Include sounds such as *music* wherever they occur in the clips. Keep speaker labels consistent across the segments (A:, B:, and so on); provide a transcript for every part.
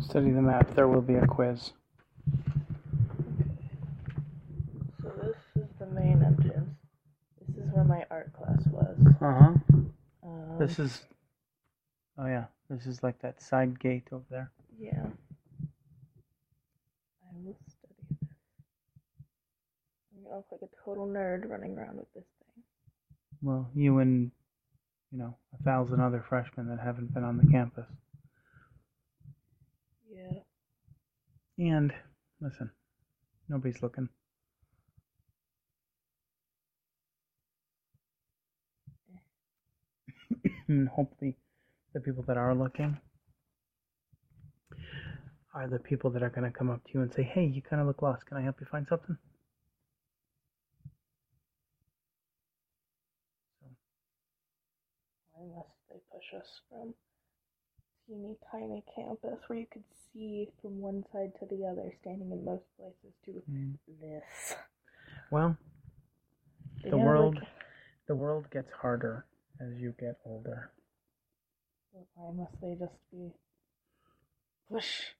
A: Study the map. There will be a quiz.
B: So this is the main entrance. This is where my art class was.
A: Uh huh.
B: Um,
A: This is. Oh yeah. This is like that side gate over there.
B: yeah. I will study this. I'm gonna look like a total nerd running around with this thing.
A: Well, you and you know a thousand other freshmen that haven't been on the campus.
B: Yeah.
A: And listen, nobody's looking. *coughs* and hopefully, the people that are looking are the people that are going to come up to you and say, "Hey, you kind of look lost. Can I help you find something?"
B: Why must they push us from teeny tiny campus where you could see from one side to the other, standing in most places, to
A: Mm.
B: this?
A: Well,
B: They
A: The
B: have,
A: world-
B: like-
A: the world gets harder as you get older.
B: But why must they just be push?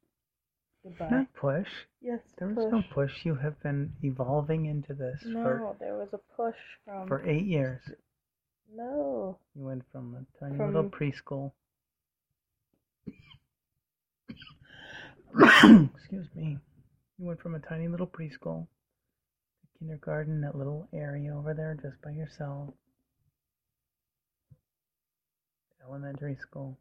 B: Goodbye.
A: Not push.
B: Yes,
A: There is
B: push.
A: no push. You have been evolving into this
B: No, um, there was a push
A: for
B: from
A: for eight years.
B: no.
A: You went from a tiny little preschool. *coughs* Excuse me. You went from a tiny little preschool to kindergarten, that little area over there just by yourself. Elementary school.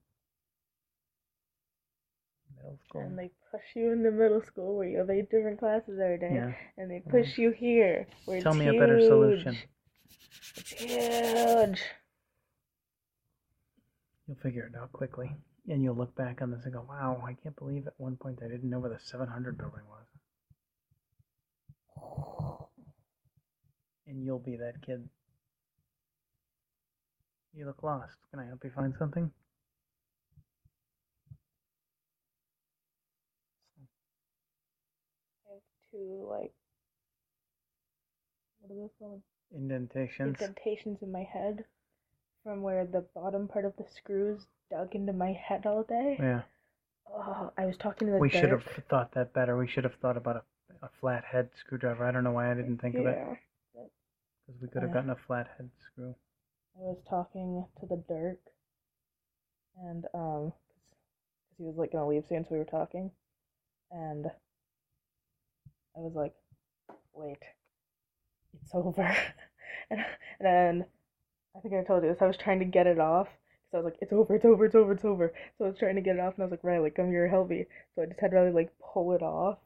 A: Middle school.
B: And they push you into middle school where you have eight different classes every day,
A: Yeah.
B: and they push you here. Where
A: Tell
B: it's
A: me a better solution.
B: huge. It's huge.
A: You'll figure it out quickly. And you'll look back on this and go, wow, I can't believe at one point I didn't know where the 700 building was. And you'll be that kid. You look lost. Can I help you find something?
B: I have two like what are those called?
A: Indentations.
B: Indentations in my head from where the bottom part of the screws dug into my head all day. *laughs*
A: Yeah.
B: Oh, I was talking to the
A: We should have
B: therapist-
A: thought that better. We should have thought about a, a flathead screwdriver. I don't know why I didn't think of it.
B: Yeah.
A: Because we could have
B: Yeah.
A: gotten a flathead screw.
B: I was talking to the Dirk, and um, because he was like gonna leave soon, so we were talking, and I was like, "Wait, it's over," *laughs* and and then I think I told you this. I was trying to get it off because I was like, "It's over, it's over, it's over, it's over." So I was trying to get it off, and I was like, "Riley, come here, help me." So I just had Riley like pull it off,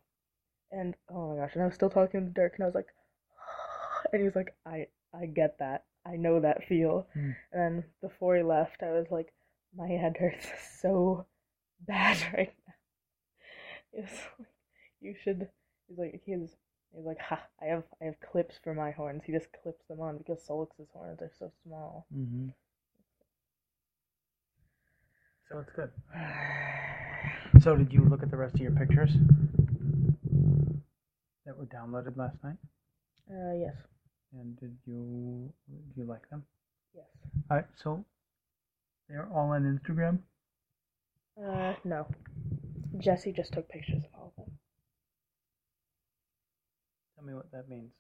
B: and oh my gosh, and I was still talking to the Dirk, and I was like, *sighs* and he was like, "I I get that." I know that feel.
A: Hmm.
B: And then before he left, I was like, my head hurts *laughs* so bad *laughs* right now. He was *laughs* like, you should. He's like, he's he's like, ha! I have I have clips for my horns. He just clips them on because Solix's horns are so
A: *sighs*
B: small.
A: Mm-hmm. So it's good.
B: Uh,
A: So did you look at the rest of your pictures that were downloaded last night?
B: Uh, yes,
A: And did you do you like them?
B: yes.
A: All right, so they're all on Instagram.
B: Uh, no. Jesse just took pictures of all of them.
A: Tell me what that means.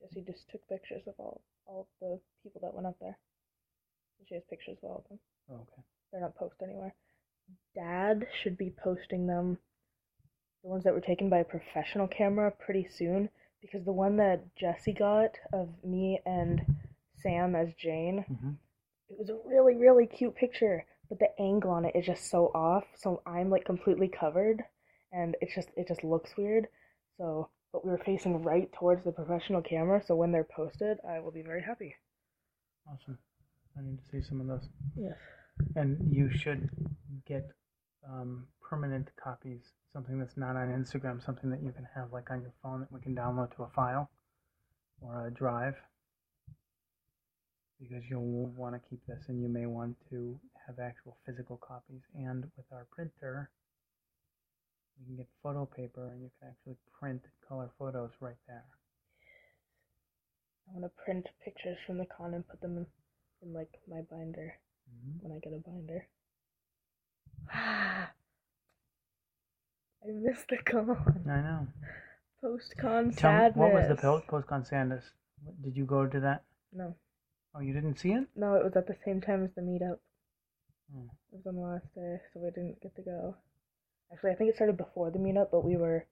B: Jesse just took pictures of all all of the people that went up there. She has pictures of all of them.
A: Oh, okay.
B: they're not posted anywhere. Dad should be posting them, the ones that were taken by a professional camera, pretty soon because the one that Jesse got of me and Sam as Jane,
A: Mhm.
B: it was a really really cute picture, but the angle on it is just so off, so I'm like completely covered, and it's just it just looks weird. So, but we were facing right towards the professional camera, so when they're posted, I will be very happy.
A: Awesome. I need to see some of those.
B: Yes.
A: And you should get um, permanent copies, something that's not on Instagram, something that you can have like on your phone that we can download to a file or a drive. Because you'll want to keep this and you may want to have actual physical copies. And with our printer, you can get photo paper and you can actually print color photos right there.
B: I want to print pictures from the con and put them in, in like my binder. *sighs*
A: Mm-hmm.
B: when I get a binder. I missed the con.
A: I know.
B: Post
A: Tell
B: con
A: me,
B: sadness.
A: what was the po- post-con Sandus? Did you go to that?
B: No,
A: Oh, you didn't see it?
B: no, it was at the same time as the meetup.
A: Hmm.
B: It was on the last day, so we didn't get to go. Actually, I think it started before the meetup, but we were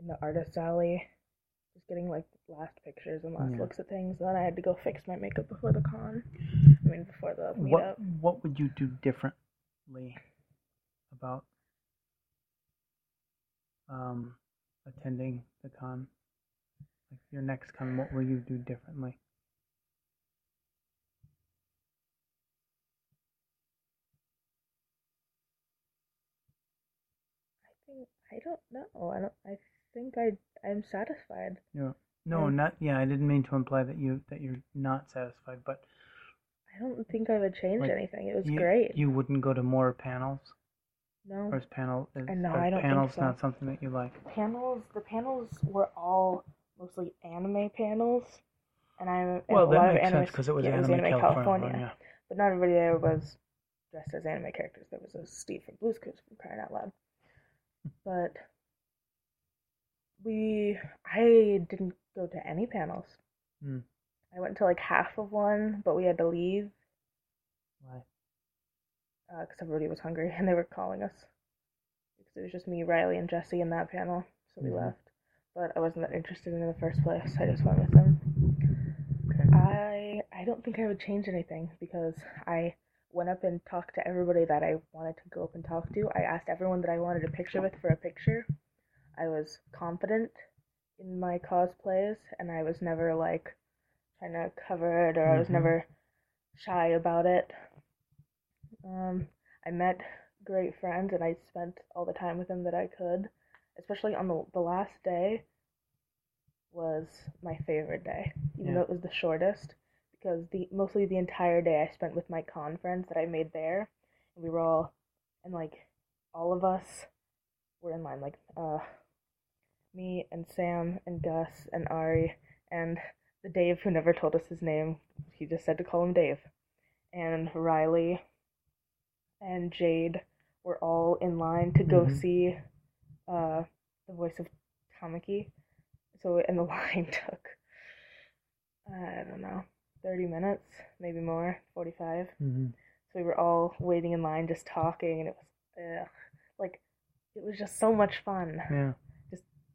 B: in the artist alley, just getting like last pictures and last
A: Yeah.
B: looks at things. And then I had to go fix my makeup before the con. I mean, uh, before the meetup.
A: What What would you do differently about um, attending the con? Like your next con, what will you do differently?
B: I think I don't know. I don't. I think I I'm satisfied.
A: No,
B: Mm.
A: not yeah. I didn't mean to imply that you that you're not satisfied, but
B: I don't think I would change
A: Like,
B: anything. It was
A: you,
B: great.
A: You wouldn't go to more panels,
B: no
A: or is panel is,
B: Uh, no,
A: are
B: I don't think
A: panels
B: so.
A: not something that you like?
B: panels. The panels were all mostly anime panels, and I'm
A: well,
B: a lot
A: that
B: of
A: makes
B: anime.
A: sense because it was
B: yeah,
A: anime, California.
B: but not everybody there was dressed as anime characters. There was a Steve from Blue's Clues from crying out loud. But we, I didn't go to any panels.
A: Hmm.
B: I went to like half of one, but we had to leave
A: Why?
B: because uh, everybody was hungry *laughs* and they were calling us. Because it was just me, Riley, and Jesse in that panel, so we
A: Mhm.
B: left. But I wasn't that interested in the first place. I just went with them.
A: Okay.
B: I I don't think I would change anything because I went up and talked to everybody that I wanted to go up and talk to. I asked everyone that I wanted a picture with for a picture. I was confident in my cosplays and I was never like trying to cover it or I was
A: Mhm.
B: never shy about it. Um, I met great friends and I spent all the time with them that I could. Especially on the the last day was my favorite day, even
A: Yeah.
B: though it was the shortest because the mostly the entire day I spent with my con friends that I made there. And we were all and like all of us were in line like uh me and Sam and Gus and Ari and the Dave who never told us his name. He just said to call him Dave. And Riley and Jade were all in line to go
A: Mhm.
B: see uh, the voice of Tamaki. So and the *laughs* line took I don't know thirty minutes, maybe more, forty five.
A: Mm-hmm.
B: So we were all waiting in line, just talking, and it was uh, like it was just so much fun
A: Yeah.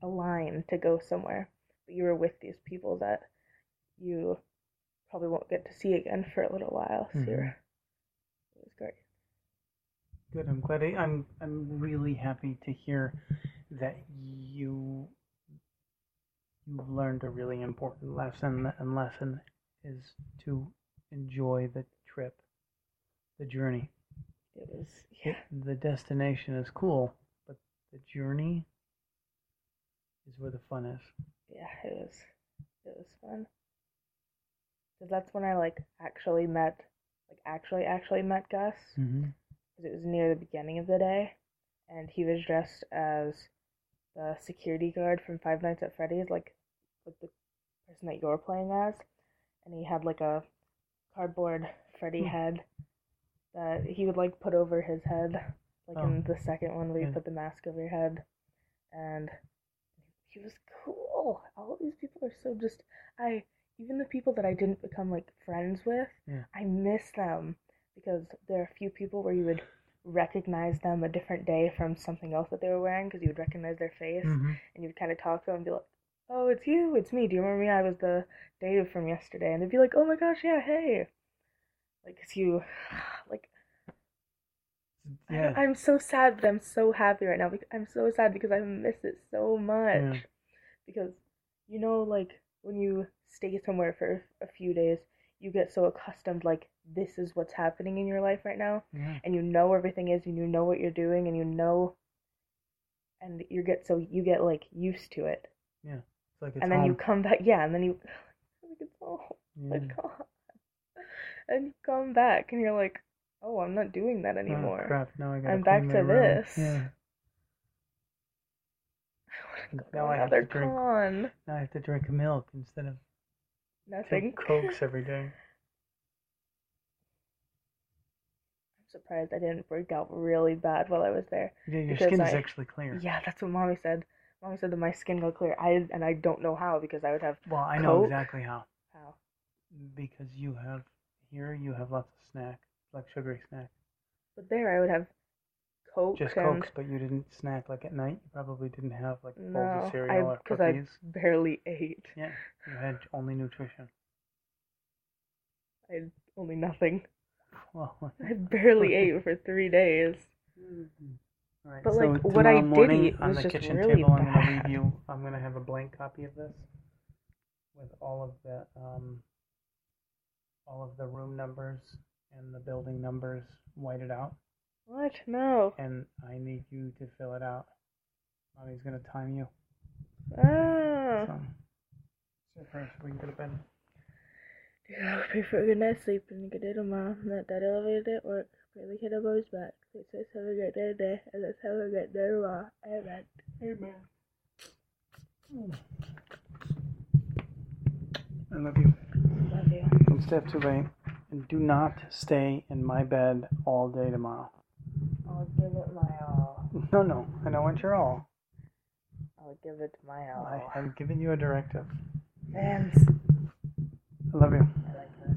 B: a line to go somewhere, but you were with these people that you probably won't get to see again for a little while. So
A: Mhm.
B: you're, it was great.
A: Good. I'm glad. I, I'm I'm really happy to hear that you you've learned a really important lesson. And lesson is to enjoy the trip, the journey.
B: It was yeah,
A: It, the destination is cool, but the journey is where the fun is.
B: yeah, it was it was fun. Cause that's when I like actually met, like actually actually met Gus.
A: Mm-hmm.
B: because it was near the beginning of the day, and he was dressed as the security guard from Five Nights at Freddy's, like, like the person that you're playing as, and he had like a cardboard Freddy
A: Hmm.
B: head that he would like put over his head, like in the second one where you
A: yeah.
B: put the mask over your head, and he was cool. All these people are so just I even the people that I didn't become like friends with,
A: Yeah.
B: I miss them because there are a few people where you would recognize them a different day from something else that they were wearing because you would recognize their face
A: Mm-hmm.
B: and you'd kind of talk to them and be like, "Oh, it's you, it's me. Do you remember me? I was the Dave from yesterday." And they'd be like, "Oh my gosh, yeah, hey." Like, 'cause you, *sighs* like, I-
A: Yeah.
B: I'm so sad, but I'm so happy right now. Because I'm so sad because I miss it so much.
A: Yeah.
B: Because, you know, like when you stay somewhere for a few days, you get so accustomed. Like, this is what's happening in your life right now
A: yeah.
B: and you know everything is and you know what you're doing and you know and you get so you get like used to it
A: It's like it's
B: and then you
A: home.
B: come back yeah and then you *laughs* like it's all oh
A: You,
B: my god *laughs* and you come back and you're like oh i'm not doing that anymore
A: crap. Now I gotta
B: I'm back
A: clean my
B: to
A: room.
B: this.
A: Yeah.
B: Go to
A: Now I have to
B: another
A: drink.
B: con
A: Now I have to drink milk instead of
B: nothing
A: drink cokes every day.
B: i'm surprised I didn't freak out really bad while I was there.
A: Yeah, your
B: Because
A: skin is
B: I-
A: actually clear.
B: Yeah, that's what mommy said. Mommy said that my skin got clear. I and I don't know how because I would have
A: Well, I know
B: Coke?
A: exactly how.
B: how.
A: Because you have here, you have lots of snack, like sugary snack,
B: But there I would have Coke
A: just
B: and
A: cokes, but you didn't snack like at night. You probably didn't have like bowls
B: No,
A: of cereal
B: I-
A: or
B: 'cause I-
A: cookies.
B: barely ate.
A: Yeah, you had only nutrition. *laughs*
B: I had only nothing.
A: Well, *laughs*
B: I barely ate for three days.
A: All right,
B: But,
A: so
B: like, what I
A: tomorrow
B: did
A: morning
B: eat
A: on
B: was
A: the
B: just
A: kitchen
B: really
A: table, I'm gonna
B: bad.
A: leave you. I'm gonna have a blank copy of this with all of the um, all of the room numbers and the building numbers whited out,
B: What? No.
A: and I need you to fill it out. Mommy's gonna time you.
B: Ah.
A: So, so first we can go to bed.
B: Dude, *laughs* I hope you for a good night's sleep and a good day tomorrow. And that daddy elevated at work. Really hit above his back. Please let's have a great day today. And let's have a great day tomorrow. Amen.
A: Amen. I love you.
B: Love you.
A: And step two by and do not stay in my bed all day tomorrow.
B: I'll give it my all.
A: No, no, I don't want your all.
B: I'll give it my all.
A: I, I'm giving you a directive.
B: Fans,
A: I love you.
B: I like this.